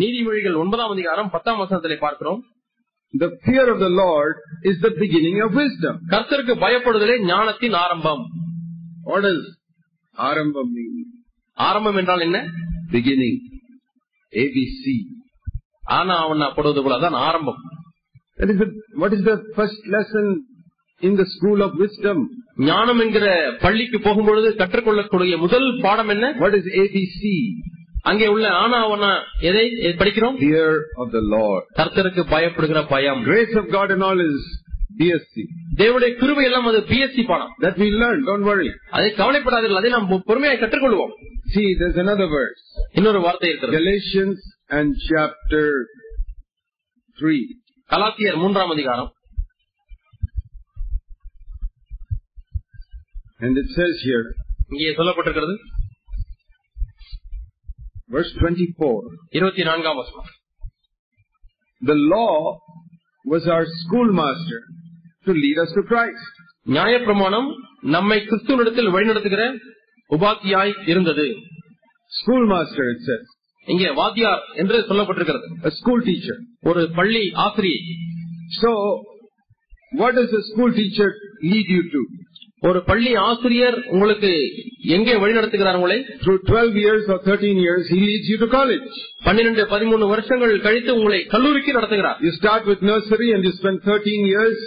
நீதிமொழிகள் ஒன்பதாம் அதிகாரம் பத்தாம் வசனத்திலே பார்க்கிறோம் The fear of the Lord is the beginning of wisdom. கர்த்தருக்கு பயப்படுதலே ஞானத்தின் ஆரம்பம் What does Arambam mean? ஆரம்பம் என்றால் என்ன Beginning. ABC. ஆனா அவன் போடுவது போலதான் ஆரம்பம் That is the, what is the first lesson in the school of wisdom? ஞானம் என்கிற பள்ளிக்கு போகும்பொழுது கற்றுக்கொள்ளக்கூடிய முதல் பாடம் என்ன What is ABC? அங்கே உள்ள ஆனா அவனா எதை படிக்கிறோம் Fear of the Lord. கர்த்தருக்கு பயப்படுகிற பயம் Grace of God and all is BSc. தேவனுடைய கிருபை எல்லாம் அது பிஎஸ்சி பாடம் That we learn, don't worry. அதை கவலைப்படாதீர்கள் அதை நாம் பொறுமையாக கற்றுக்கொள்வோம் See, there's another verse. இன்னொரு வார்த்தை இருக்கிறது Galatians and chapter 3. கலாத்தியர் மூன்றாம் அதிகாரம் And it says here, இங்கே சொல்லப்பட்டிருக்கிறது verse 24. இருபத்தி நான்காம் வசனம் The law was our schoolmaster to lead us to Christ. நியாயப்பிரமாணம் நம்மை கிறிஸ்துவனிடத்தில் வழிநடத்துகிற உபாத்தியாய் இருந்தது Schoolmaster, it says. இங்கே வாத்தியார் என்று சொல்லப்பட்டிருக்கிறது A school teacher. ஒரு பள்ளி ஆசிரியை So, what does a school teacher lead you to? ஒரு பள்ளி ஆசிரியர் உங்களுக்கு எங்கே வழிநடத்துகிறார் உங்களை Through 12 years or 13 years, he leads you to college. பன்னிரண்டு பதிமூணு வருஷங்கள் கழித்து உங்களை கல்லூரிக்கு நடத்துகிறார் You start with nursery and you spend 13 years.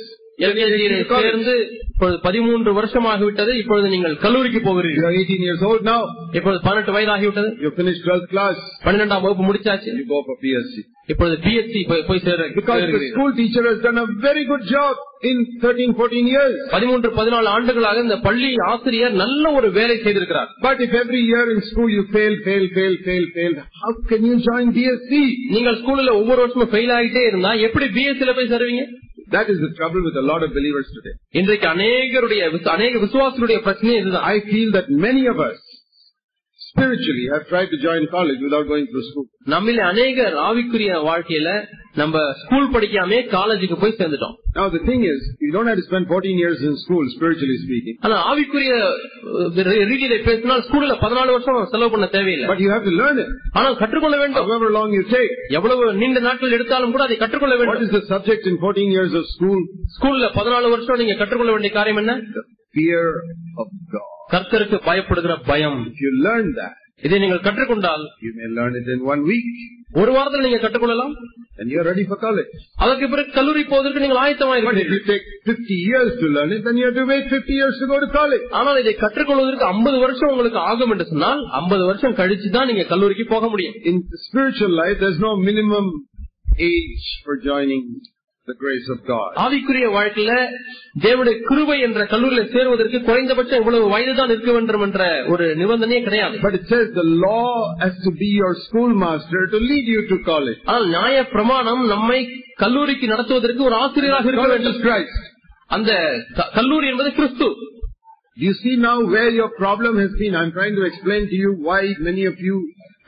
LKG-யிலே சேர்ந்து இப்பொழுது பதிமூன்று வருஷமாகிவிட்டது இப்பொழுது நீங்கள் கல்லூரிக்கு You போகிறீர்கள் are 18 years old now. இப்பொழுது பன்னெண்டு வயதாகிவிட்டது You finish 12th class. பன்னிரெண்டாம் வகுப்பு முடிச்சாச்சு You go for PSC. இப்பொழுது பிஎஸ்சி போய் சேர Because the சேருகிறீர்கள். school teacher has done a very good job in 13, 14 years. பதிமூன்று பதினாலு ஆண்டுகளாக இந்த பள்ளி ஆசிரியர் நல்ல ஒரு வேலை செய்திருக்கிறார் But if every year in school you fail, fail, fail, fail, fail, how can you join BSc? நீங்கள் ஸ்கூல்ல ஒவ்வொரு வருஷமும் ஃபெயில் ஆகிட்டே இருந்தா எப்படி பிஎஸ்சில போய் சேருவீங்க That is the trouble with a lot of believers today. இன்றைக்கு அநேகருடைய விசு- அநேக விசுவாசனுடைய பிரச்சனை இதுதான் I feel that many of us spiritually have tried to join college without going through school. நம்மில அநேகர் ஆவிக்குரிய வாழ்க்கையில நம்ம ஸ்கூல் படிக்காமே காலேஜுக்கு போய் சேர்ந்துட்டோம் Now the thing is, you don't have to spend 14 years in school, spiritually speaking. ஆனா ஆவிக்குரிய அஹ், ரீதியில பேசினால் ஸ்கூல்ல பதினாலு வருஷம் செலவு பண்ண தேவையில்லை But you have to learn it, ஆனால் கற்றுக்கொள்ள வேண்டும் however long you take. எவ்வளவு நீண்ட நாட்கள் எடுத்தாலும் கூட அதை கற்றுக்கொள்ள What வேண்டும் is the subject in 14 years of school? ஸ்கூல்ல பதினாலு வருஷம் நீங்க கற்றுக்கொள்ள வேண்டிய காரியம் என்ன The fear of God. கர்த்தருக்கு பயப்படுகிற பயம் If you learn that, இதை நீங்கள் கற்றுக்கொண்டால் you may learn it in one week, ஒரு வாரத்தில் நீங்க கற்றுக்கொள்ளலாம் and you're ready for college. அதற்கு பிறகு கல்லூரி போவதற்கு நீங்கள் But if ஆயத்தமாயிருக்கிறீர்கள் you take 50 years to learn it, then you have to wait 50 years to go to college. ஆனால் இதை கற்றுக்கொள்வதற்கு 50 வருஷம் உங்களுக்கு ஆகும் என்று சொன்னால் 50 வருஷம் கழிச்சு தான் நீங்க கல்லூரிக்கு போக முடியும் In spiritual life, there's no minimum age for joining the grace of God. ஆவிக்குரிய வாழ்க்கையில தேவனுடைய கிருபை என்ற கல்லூரியில சேருவதற்கு குறைந்தபட்சம் இவ்வளவு வயது தான் இருக்க வேண்டும் என்ற ஒரு நிபந்தனையே கிடையாது But it says the law has to be your schoolmaster to lead you to college. ஆனால் நியாய பிரமாணம் நம்மை கல்லூரிக்கு நடத்துவதற்கு ஒரு ஆசிரியராக இருக்க College வேண்டும் is Christ. அந்த க- கல்லூரி என்பது கிறிஸ்து Do you see now where your problem has been? I'm trying to explain to you why many of you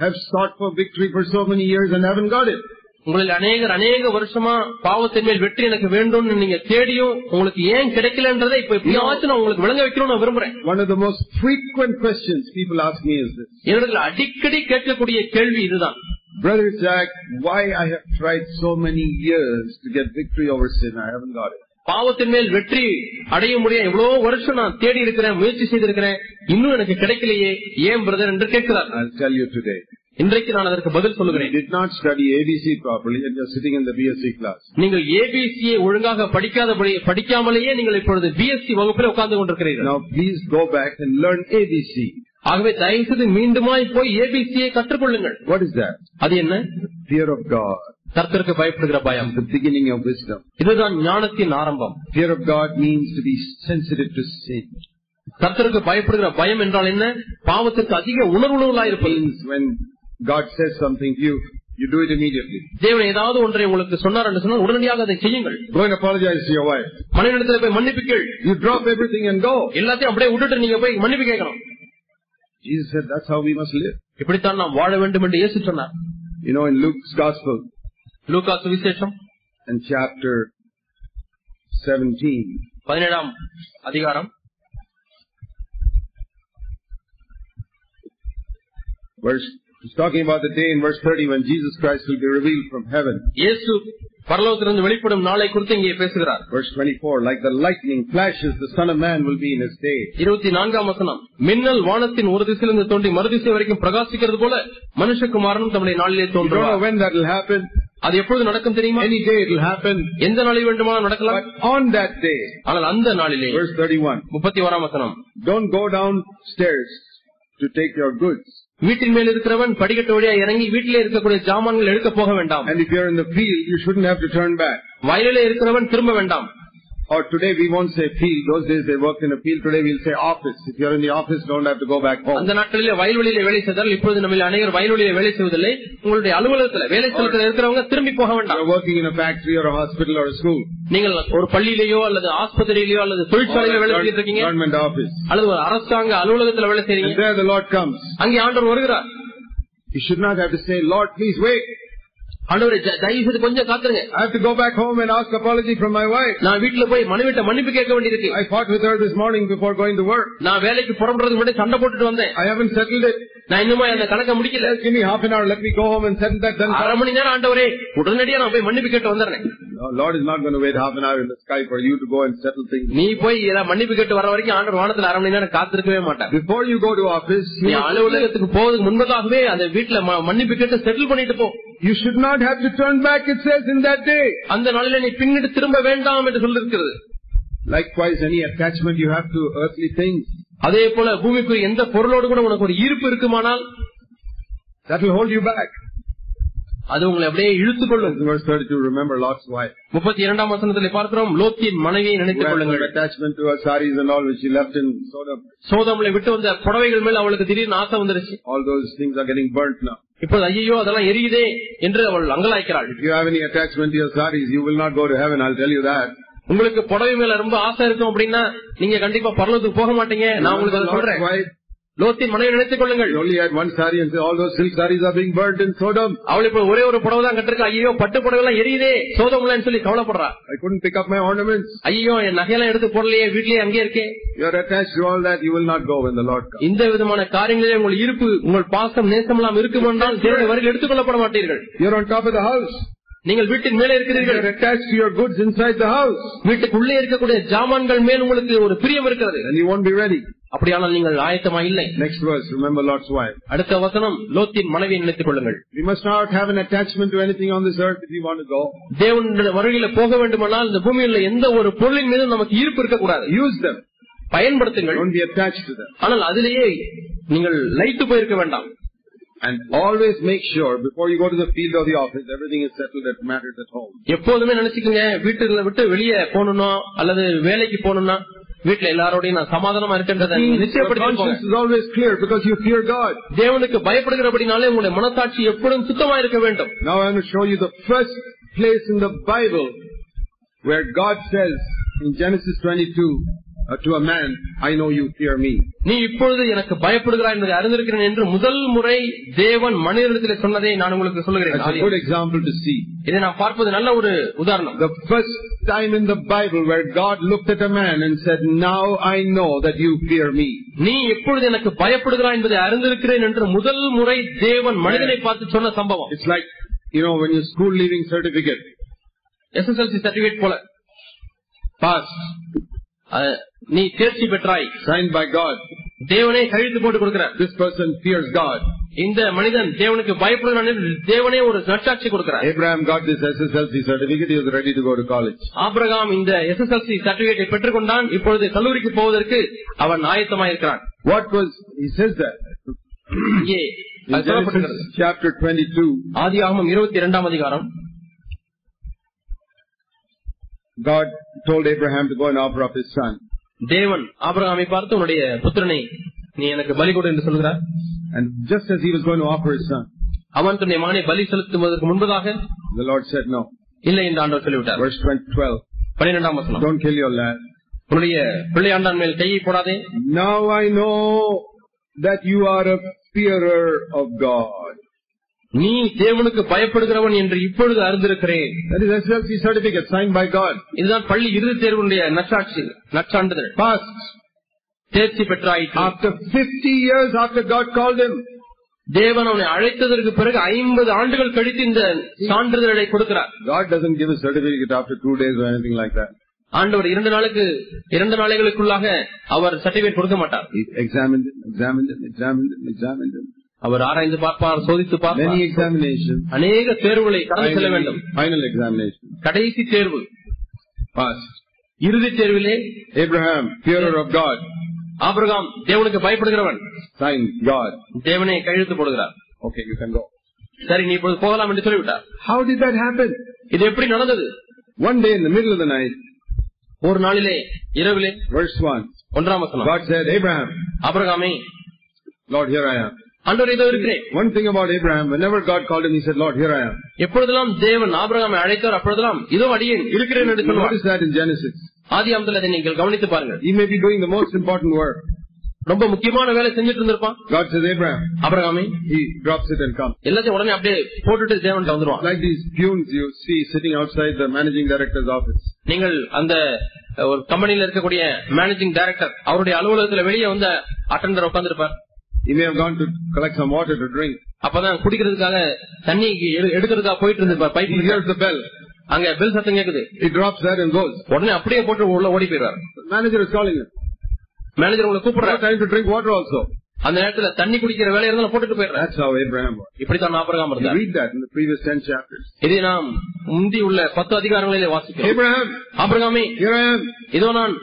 have sought for victory for so many years and haven't got it. உங்களில் அநேகர் அநேக வருஷமா பாவத்தின் மேல் வெற்றி எனக்கு வேண்டும்னு நீங்க தேடியும் உங்களுக்கு ஏன் கிடைக்கலன்றதை இப்ப எப்படியாச்சும் நான் உங்களுக்கு விளங்க வைக்கணும்னு நான் விரும்புறேன் One of the most frequent questions people ask me is this. என்னிடத்துல அடிக்கடி கேட்கக்கூடிய கேள்வி இதுதான் Brother Jack, why I have tried so many years to get victory over sin, I haven't got it. பாவத்தின் மேல் வெற்றி அடைய முடிய எவ்வளவு வருஷம் நான் தேடி இருக்கிறேன் முயற்சி செய்திருக்கிறேன் இன்னும் எனக்கு கிடைக்கலையே ஏன் பிரதர் என்று கேட்கிறார் I'll tell you today. இன்றைக்கு நான் அதற்கு பதில் You சொல்லுகிறேன் did not study ABC properly and you're sitting in the BSc class. நீங்கள் ஏபிசியை ஒழுங்காக படிக்காதபடி படிக்காமலேயே நீங்கள் இப்பொழுது பிஎஸ்சி வகுப்பில் உட்கார்ந்து கொண்டிருக்கிறீர்கள் Now please go back and learn ABC. ஆகவே தயவு செய்து மீண்டுமாய் போய் ஏபிசியை கற்றுக்கொள்ளுங்கள் What is that? அது என்ன Fear of God. கர்த்தருக்கு பயப்படுகிற பயம் The beginning of wisdom. இதுதான் ஞானத்தின் ஆரம்பம் Fear of God means to be sensitive to sin. கர்த்தருக்கு பயப்படுகிற பயம் என்றால் என்ன பாவத்திற்கு அதிக உணர்வுள்ளவர்களாயிருப்பது Means when God says something to you, you do it immediately. தேவன் ஏதாவது ஒன்றை உங்களுக்கு சொன்னார் என்று சொன்னால் உடனடியாக அதை செய்யுங்கள் Go and apologize to your wife. மனைவிடத்துல போய் மன்னிப்புகள் You drop everything and go. எல்லாத்தையும் அப்படியே விட்டுட்டு நீங்க போய் மன்னிப்பு கேட்கணும் Jesus said that's how we must live. இப்படித்தான் நாம் வாழ வேண்டும் என்று இயேசு சொன்னார் You know in Luke's gospel லூக்கா சுவிசேஷம் and chapter 17, பதினேழாம் அதிகாரம் verse He's talking about the day in verse 30 when Jesus Christ will be revealed from heaven. இயேசு பரலோகத்திலிருந்து வெளிப்படும் நாளை குறித்து இங்கே பேசுகிறார் Verse 24, like the lightning flashes, the Son of Man will be in his day. இருபத்தி நான்காம் வசனம் மின்னல் வானத்தின் ஒரு திசையிலிருந்து தோன்றி மறு திசை வரைக்கும் பிரகாசிக்கிறது போல மனுஷகுமாரனும் தம்முடைய நாளிலே You don't know தோன்றுவார் when that will happen. அது எப்பொழுது நடக்கும் தெரியுமா Any day it will happen. எந்த நாளில் வேண்டுமானாலும் But நடக்கலாம் on that day, ஆனால் அந்த நாளிலே verse 31, முப்பத்தி ஓராம் வசனம் don't go downstairs to take your goods. வீட்டின் மேல் இருக்கிறவன் படிக்கட்டு வழியா இறங்கி வீட்டிலே இருக்கக்கூடிய ஜாமான்கள் எடுக்க போக வேண்டாம் And if you're in the field, you shouldn't have to turn back. வயலிலே இருக்கிறவன் திரும்ப வேண்டாம் Or today we won't say field. Those days they worked in a field. Today we'll say office. If you're in the office, don't have to go back home. அந்த நாட்களிலே வயல்வெளியிலே வேலை செய்தால் இப்பொழுது நம்ம அனைவரும் வயல்வெளியிலே வேலை செய்வதில்லை உங்களுடைய அலுவலகத்துல வேலை ஸ்தலத்தில் இருக்கிறவங்க திரும்பி போக வேண்டாம் You're working in a factory or a hospital or a school. நீங்கள் ஒரு பள்ளியிலேயோ அல்லது ஆஸ்பத்திரியிலேயோ அல்லது தொழிற்சாலையில Or a வேலை government- செய்துட்டு இருக்கீங்க Government office. அல்லது ஒரு அரசாங்க அலுவலகத்துல வேலை And செய்றீங்க there the Lord comes. அங்கே ஆண்டவர் வருகிறார் You should not have to say, Lord, please wait. ஆண்டவரை ஜ- தயவு செய்து கொஞ்சம் காத்துருங்க I have to go back home and ask apology from my wife. நான் வீட்டுல போய் மனைவிட்ட மன்னிப்பு கேட்க வேண்டியிருக்கு I fought with her this morning before going to work. நான் வேலைக்கு புறம்புறதுக்கு முன்னாடி சண்டை போட்டுட்டு வந்தேன் I haven't settled it. நான் இன்னுமா அந்த கணக்க முடிக்கல Just give me half an hour. Let me go home and settle that. Then அரை மணி நேரம் ஆண்டவரே உடனடியா நான் போய் மன்னிப்பு கேட்டு வந்துடுறேன் No, Lord is not going to wait half an hour in the sky for you to go and settle things. நீ போய் ஏதாவது மன்னிப்பு கேட்டு வர வரைக்கும் ஆண்டவர் வானத்துல அரை மணி நேரம் காத்திருக்கவே மாட்டார் Before you go to office, நீ you, அலுவலகத்துக்கு போவதுக்கு முன்பதாகவே அந்த வீட்டுல ம- மன்னிப்பு கேட்டு செட்டில் பண்ணிட்டு போ you should not have to turn back, it says in that day. அந்த நாளில நீ பின்னிட்டு திரும்ப வேண்டாம் என்று சொல்லிருக்கிறது Likewise, any attachment you have to earthly things, அதே போல பூமிக்கு எந்த பொருளோடு கூட உனக்கு ஒரு ஈர்ப்பு இருக்குமானால் that will hold you back. அது உங்களை அப்படியே இழுத்துக் கொள்ளும் In verse 32, remember Lot's wife. முப்பத்தி இரண்டாம் வசனத்திலே பார்க்கிறோம் லோத்தியின் மனைவியை Who நினைத்துக் had some கொள்ளுங்கள் attachment to her saris and all which she left in Sodom. சோதோம்ல விட்டு வந்த புடவைகள் மேல் அவளுக்கு திடீர்னு ஆசை வந்துருச்சு All those things are getting burnt now. இப்போது ஐயோ அதெல்லாம் எரியுதே என்று அவள் அங்கலாய்க்கிறாள் If you have any attachment to your saris, you will not go to heaven, I'll tell you that. உங்களுக்கு புடவை மேல ரொம்ப ஆசை இருக்கும் அப்படின்னா நீங்க கண்டிப்பா பரலோகத்துக்கு போக மாட்டீங்க நான் உங்களுக்கு Remember அதை Lot's சொல்றேன் wife, லோத்தின் மனைவி நினைத்துக் கொள்ளுங்கள் she only had one sari and said, all those silk saris are being burnt in Sodom. அவள் இப்ப ஒரே ஒரு புடவை தான் கட்டிருக்கா ஐயோ பட்டு புடவை எல்லாம் எரியுதே சோதம்லன்னு சொல்லி கவலைப்படுறா I couldn't pick up my ornaments. ஐயோ என் நகையெல்லாம் எடுத்து போடலையே வீட்லயே அங்கே இருக்கே You're attached to all that, you will not go when the Lord comes. இந்த விதமான காரியங்களிலே உங்கள் இருப்பு உங்கள் பாசம் நேசம் எல்லாம் இருக்குமென்றால் தேவனுடைய வருகை எடுத்துக் கொள்ளப்பட மாட்டீர்கள் You're on top of the house. நீங்கள் வீட்டின் மேலே இருக்கிறீர்கள் You're attached to your goods inside the house. வீட்டுக்குள்ளே இருக்கக்கூடிய ஜாமான்கள் மேல் உங்களுக்கு ஒரு பிரியம் இருக்கிறது And you won't be ready. அப்படியானால் நீங்கள் ஆயத்தமா இல்லை Next verse, remember Lord's wife. அடுத்த வசனம் லோத்தின் மனைவியை நினைத்துக் கொள்ளுங்கள் We must not have an attachment to anything on this earth if we want to go. தேவனுடைய வருகையில போக வேண்டுமானால் இந்த பூமியில் உள்ள எந்த ஒரு பொருளின் மீதும் நமக்கு ஈர்ப்பு இருக்கக்கூடாது Use them. பயன்படுத்துங்கள் Don't be attached to them. ஆனால் அதிலேயே நீங்கள் லைட்டு போயிருக்க வேண்டாம் And always make sure before you go to the field or the office, everything is settled that matters at home. எப்போதுமே நினைச்சுக்கங்க வீட்டுல விட்டு வெளியே போகணும்னா அல்லது வேலைக்கு போகணும்னா வீட்டுல எல்லாரோடையும் நான் சமாதானமா இருக்கின்றத Your நிச்சயப்படுத்தி conscience is always clear because you fear God. தேவனுக்கு பயப்படுகிறபடினாலே உங்களுடைய மனசாட்சி எப்பொழுதும் சுத்தமா இருக்க வேண்டும் Now I'm going to show you the first place in the Bible where God says in Genesis 22 uh, to a man, I know you fear me. நீ இப்பொழுது எனக்கு பயப்படுகிறாய் என்பதை அறிந்திருக்கிறேன் என்று முதல் முறை தேவன் மனிதனிடத்தில் சொன்னதை நான் உங்களுக்கு That's a good சொல்லுகிறேன் example to see. இதை நான் பார்ப்பது நல்ல ஒரு உதாரணம் The first time in the Bible where God looked at a man and said, now I know that you fear me. நீ எப்பொழுது எனக்கு பயப்படுகிறாய் என்பதை அறிந்திருக்கிறேன் என்று முதல் முறை தேவன் மனிதனை பார்த்து சொன்ன சம்பவம் It's like, you know, when your school leaving certificate SSLC certificate போல passed, அஹ், நீ தேர்ச்சி பெற்றாய் signed by God. தேவனே கழித்து போட்டு கொடுக்கிறார் This person fears God. இந்த மனிதன் தேவனுக்கு பயப்படுகிறான் என்று தேவனே ஒரு நட்டாட்சி கொடுக்கிறார் Abraham got this SSLC certificate. He was ready to go to college. Abraham இந்த எஸ்எஸ்எல்சி சர்டிபிகேட்டை பெற்றுக்கொண்டான் இப்பொழுது கல்லூரிக்கு போவதற்கு அவன் ஆயத்தமாயிருக்கிறான் What was, he says that. இங்கே In அது சொல்லப்பட்டிருக்கிறது. Genesis chapter 22, ஆதியாகமம் இருபத்தி இரண்டாம் அதிகாரம் God told Abraham to go and offer up his son. தேவன் ஆபிரகாமை பார்த்து உன்னுடைய புத்திரனை நீ எனக்கு பலி கொடு என்று சொல்கிறார் And just as he was going to offer his son, அவன் தன்னுடைய மகனை பலி செலுத்துவதற்கு முன்பதாக the Lord said no. இல்லை என்று ஆண்டவர் சொல்லிவிட்டார் Verse 20 12, பன்னிரெண்டாம் வசனம் don't kill your lad. உன்னுடைய பிள்ளையாண்டான் மேல் கையை போடாதே Now I know that you are a fearer of God. நீ தேவனுக்கு பயப்படுகிறவன் என்று இப்பொழுது அறிந்திருக்கிறேன் That is SLC certificate signed by God. இதுதான் பள்ளி இறுதித் தேர்வுடைய நற்சாட்சி நற்சான்றிதழ் Passed தேர்ச்சி பெற்றாயிற்று after 50 years after God called him. தேவன் அவனை அழைத்ததற்கு பிறகு ஐம்பது ஆண்டுகள் கழித்து இந்த சான்றிதழை கொடுக்கிறார் God doesn't give a certificate after two days or anything like that. ஆண்டவர் இரண்டு நாளுக்கு இரண்டு நாளைகளுக்குள்ளாக அவர் சர்டிபிகேட் கொடுக்க மாட்டார் He examined him, examined him, examined him, examined him. அவர் ஆராய்ந்து பார்ப்பார் சோதித்து பார்ப்பார் Many examinations. அநேக தேர்வுகளை கடந்து செல்ல Final, வேண்டும் final examination. கடைசி தேர்வு Passed. இறுதித் தேர்விலே Abraham, fearer of God, Abraham தேவனுக்கு பயப்படுகிறவன் signed God. தேவனை கையெழுத்து போடுகிறார் Okay, you can go. சரி நீ இப்பொழுது போகலாம் என்று சொல்லிவிட்டார் How did that happen? இது எப்படி நடந்தது One day in the middle of the night, ஒரு நாளிலே இரவிலே verse 1, ஒன்றாம் வசனம் God said, Abraham, ஆபிரகாமே Lord, here I am. ஆண்டவர் இதோ இருக்கிறேன் One thing about Abraham, whenever God called him, he said, Lord, here I am. எப்பொழுதெல்லாம் தேவன் ஆபிரகாமை அழைத்தார் அப்பொழுதெல்லாம் இதோ அடியேன் இருக்கிறேன் என்று சொல்வார் Notice that in Genesis. ஆதி ஆமத்தில் அதை நீங்கள் கவனித்து பாருங்கள் He may be doing the most important work. ரொம்ப முக்கியமான வேலை செஞ்சுட்டு இருந்திருப்பான் God says, Abraham, ஆபிரகாமே he drops it and comes. எல்லாத்தையும் உடனே அப்படியே போட்டுட்டு தேவன்ட்ட வந்துருவான் Like these fumes you see sitting outside the managing director's office. நீங்கள் அந்த அஹ், ஒரு கம்பெனியில இருக்கக்கூடிய மேனேஜிங் டைரக்டர் அவருடைய அலுவலகத்துல வெளியே வந்து அட்டண்டர் உட்கார்ந்திருப்பார் He may have gone to collect some water to drink. அப்பதான் குடிக்கிறதுக்காக தண்ணி எடு- எடுக்கிறதுக்காக போயிட்டு இருந்திருப்பார் He பைப் hears the bell. அங்க பெல் சத்தம் கேக்குது He drops that and goes. உடனே அப்படியே போட்டு உள்ள ஓடி போயிடுவார் The manager is calling him. Manager உங்களை No கூப்பிடுறாரு time to drink water also. அந்த நேரத்துல தண்ணி குடிக்கிற வேலையை இருந்தாலும் போட்டுட்டு போயிடுறாரு That's how Abraham was. இப்படித்தான் ஆபிரகாம் You இருந்தார் read that in the previous ten chapters. இதை நாம் முந்தி உள்ள பத்து அதிகாரங்களிலே வாசிக்கிறோம் Abraham, ஆபிரகாமே here I am. இதோ நான்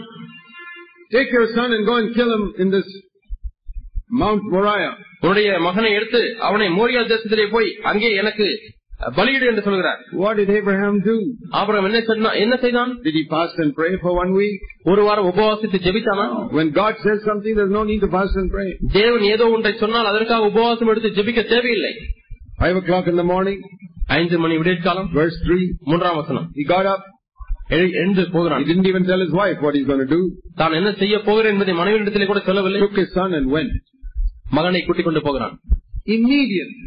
Take your son and go and kill him in this Mount Moriah. உன்னுடைய மகனை எடுத்து அவனை மோரியா தேசத்திலே போய் அங்கே எனக்கு பலியிடு என்று சொல்கிறார் What did Abraham do? Abraham என்ன சொன்னா- என்ன செய்தான் Did he fast and pray for one week? ஒரு வாரம் உபவாசித்து ஜெபித்தானா When God says something, there's no need to fast and pray. தேவன் ஏதோ ஒன்றை சொன்னால் அதற்காக உபவாசம் எடுத்து ஜெபிக்க தேவையில்லை Five o'clock in the morning, ஐந்து மணி விடியற்காலம் verse three, மூன்றாம் வசனம் he got up. எழு- எழுந்து He போகிறான் didn't even tell his wife what he's going to do. தான் என்ன செய்ய போகிறேன் என்பதை மனைவியிடத்திலே கூட சொல்லவில்லை Took his son and went. மகனை கூட்டிக் கொண்டு போகிறான் Immediately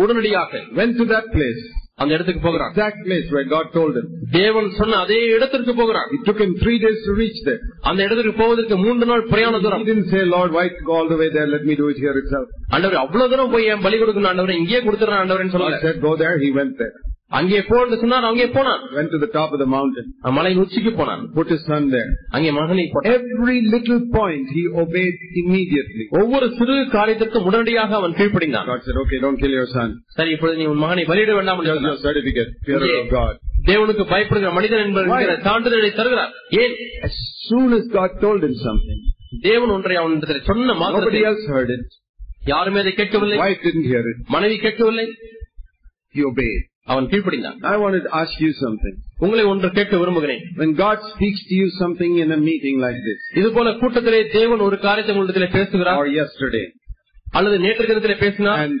உடனடியாக went to that place, அந்த இடத்துக்கு போகிறான் exact place where God told him. தேவன் சொன்ன அதே இடத்திற்கு போகிறான் It took him three days to reach there. அந்த இடத்துக்கு போவதற்கு மூன்று நாள் பிரயாண He தூரம் didn't say, Lord, why go all the way there? Let me do it here itself. ஆண்டவர் அவ்வளவு தூரம் போய் என் பலி கொடுக்கணும் ஆண்டவர் இங்கேயே கொடுத்துறேன் ஆண்டவரேன்னு God சொல்லல said, go there. He went there. அங்கே போன்னு சொன்னார் அங்கே போனான் Went to the top of the mountain. மலையின் உச்சிக்கு போனான் Put his son there. அங்கே மகனை போட்டான். Every little point he obeyed immediately. ஒவ்வொரு சிறு காரியத்திற்கும் உடனடியாக அவன் கீழ்ப்படிந்தான் God said, okay, don't kill your son. சரி இப்பொழுது நீ உன் மகனை பலியிட வேண்டாம் என்று Here's your சொன்னார். certificate, fear of God. தேவனுக்கு பயப்படுகிற மனிதன் என்பது Why? சான்றிதழை தருகிறார் ஏன் As soon as God told him something, தேவன் ஒன்றை அவனிடத்தில் சொன்ன nobody மாத்திரத்தில் else heard it. யாருமே அதை His கேட்கவில்லை wife didn't hear it. மனைவி கேட்கவில்லை He obeyed. அவன் கீழ்ப்படிந்தான் I wanted to ask you something. உங்களை ஒன்று கேட்க விரும்புகிறேன் When God speaks to you something in a meeting like this, இது போல கூட்டத்திலே தேவன் ஒரு காரியத்தை உங்களிடத்திலே பேசுகிறார் or yesterday, அல்லது நேற்று தினத்திலே பேசினார் and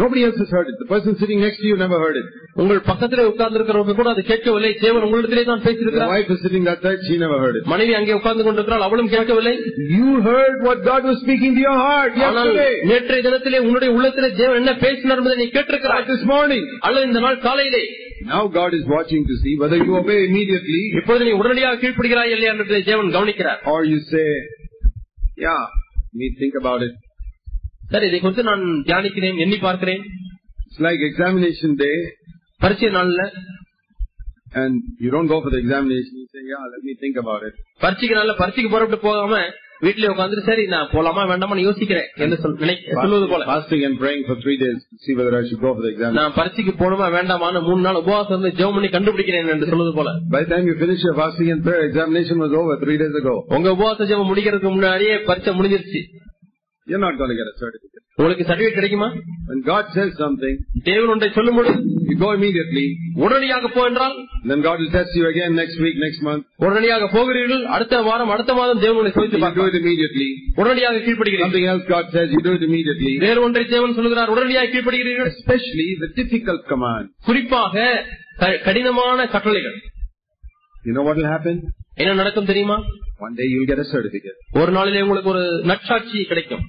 nobody else has heard it. The person sitting next to you never heard it. உங்கள் பக்கத்திலே உட்கார்ந்து இருக்கிறவங்க கூட அது கேட்கவில்லை தேவன் உங்களிடத்திலே தான் Your பேசியிருக்கிறார் wife is sitting that side, she never heard it. மனைவி அங்கே உட்கார்ந்து கொண்டிருக்கிறாள் அவளும் கேட்கவில்லை You heard what God was speaking to your heart ஆனால் yesterday, நேற்றைய தினத்திலே உன்னுடைய உள்ளத்திலே தேவன் என்ன பேசினார் என்பதை நீ or கேட்டிருக்கிறாய் this morning. அல்லது இந்த நாள் காலையிலே Now God is watching to see whether you obey immediately இப்பொழுது நீ உடனடியாக கீழ்ப்படுகிறாய் இல்லையா என்று தேவன் கவனிக்கிறார் or you say, yeah, me think about it. சரி இதை குறித்து நான் தியானிக்கிறேன் எண்ணி பார்க்கிறேன் It's like examination day பரிச்சை நாள்ல and you don't go for the examination. You say, yeah, let me think about it. பரிச்சைக்கு நாள்ல பரிச்சைக்கு புறப்பட்டு போகாம வீட்டுல உட்கார்ந்துட்டு சரி நான் போலாமா வேண்டாமான்னு யோசிக்கிறேன் என்று சொல்- நினை- சொல்வது போல Fasting and praying for three days to see whether I should go for the examination. நான் பரிச்சைக்கு போகணுமா வேண்டாமான்னு மூணு நாள் உபவாசம் இருந்து ஜெபம் பண்ணி கண்டுபிடிக்கிறேன் என்று சொல்வது போல By the time you finish your fasting and prayer, examination was over three days ago. உங்க உபவாச ஜெபம் முடிக்கிறதுக்கு முன்னாடியே பரிச்சை முடிஞ்சிருச்சு You're not going to get a certificate. உங்களுக்கு சர்டிபிகேட் கிடைக்குமா When God says something, தேவன் ஒன்றை சொல்லும்போது you go immediately. உடனடியாக போ என்றால் And then God will test you again next week, next month. உடனடியாக போகிறீர்கள் அடுத்த வாரம் அடுத்த மாதம் தேவன் உங்களை சோதித்து You do பார்ப்பார். it immediately. உடனடியாக கீழ்ப்படுகிறீர்கள் Something else God says, you do it immediately. வேறு ஒன்றை தேவன் சொல்கிறார் உடனடியாக கீழ்ப்படுகிறீர்கள் Especially the difficult command. குறிப்பாக க- கடினமான கட்டளைகள் You know what will happen? என்ன நடக்கும் தெரியுமா One day you'll get a certificate. ஒரு நாளிலே உங்களுக்கு ஒரு நற்சாட்சி கிடைக்கும்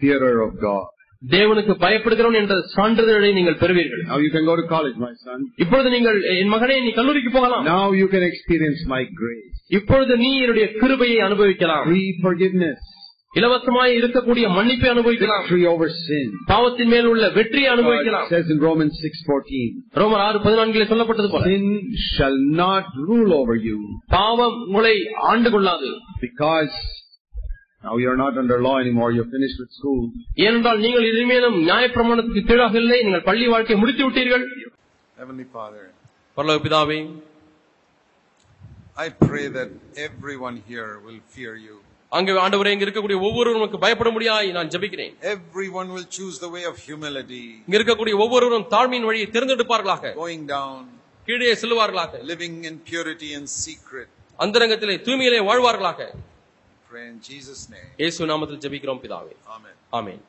Fearer of God. தேவனுக்கு பயப்படுகிறவன் என்ற சான்றிதழை நீங்கள் பெறுவீர்கள் Now you can go to college, my son. இப்பொழுது நீங்கள் என் மகனே நீ கல்லூரிக்கு போகலாம் Now you can experience my grace. இப்பொழுது நீ என்னுடைய கிருபையை அனுபவிக்கலாம் Free forgiveness. இலவசமாய் இருக்கக்கூடிய மன்னிப்பை அனுபவிக்கலாம் Victory over sin. பாவத்தின் மேல் உள்ள வெற்றியை Uh, அனுபவிக்கலாம் it says in Romans 6:14, ரோமர் ஆறு பதினான்கிலே சொல்லப்பட்டது போல sin shall not rule over you பாவம் உங்களை ஆண்டு கொள்ளாது because now you're not under law anymore. You're finished with school. ஏனென்றால் நீங்கள் இனிமேலும் நியாயப்பிரமாணத்துக்கு கீழாக இல்லை நீங்கள் பள்ளி வாழ்க்கையை முடித்து விட்டீர்கள் Heavenly Father, பரலோக பிதாவே I pray that everyone here will fear you. அங்கே ஆண்டவரே இங்க இருக்கக்கூடிய ஒவ்வொருவரும் உமக்கு பயப்பட முடியாய் நான் ஜெபிக்கிறேன் Everyone will choose the way of humility, இங்க இருக்கக்கூடிய ஒவ்வொருவரும் தாழ்மையின் வழியை தேர்ந்தெடுப்பார்களாக going down, கீழே செல்வார்களாக living in purity and secret. அந்தரங்கத்திலே தூய்மையிலே வாழ்வார்களாக Pray in Jesus' name. இயேசு நாமத்தில் ஜெபிக்கிறோம் பிதாவே Amen. ஆமென்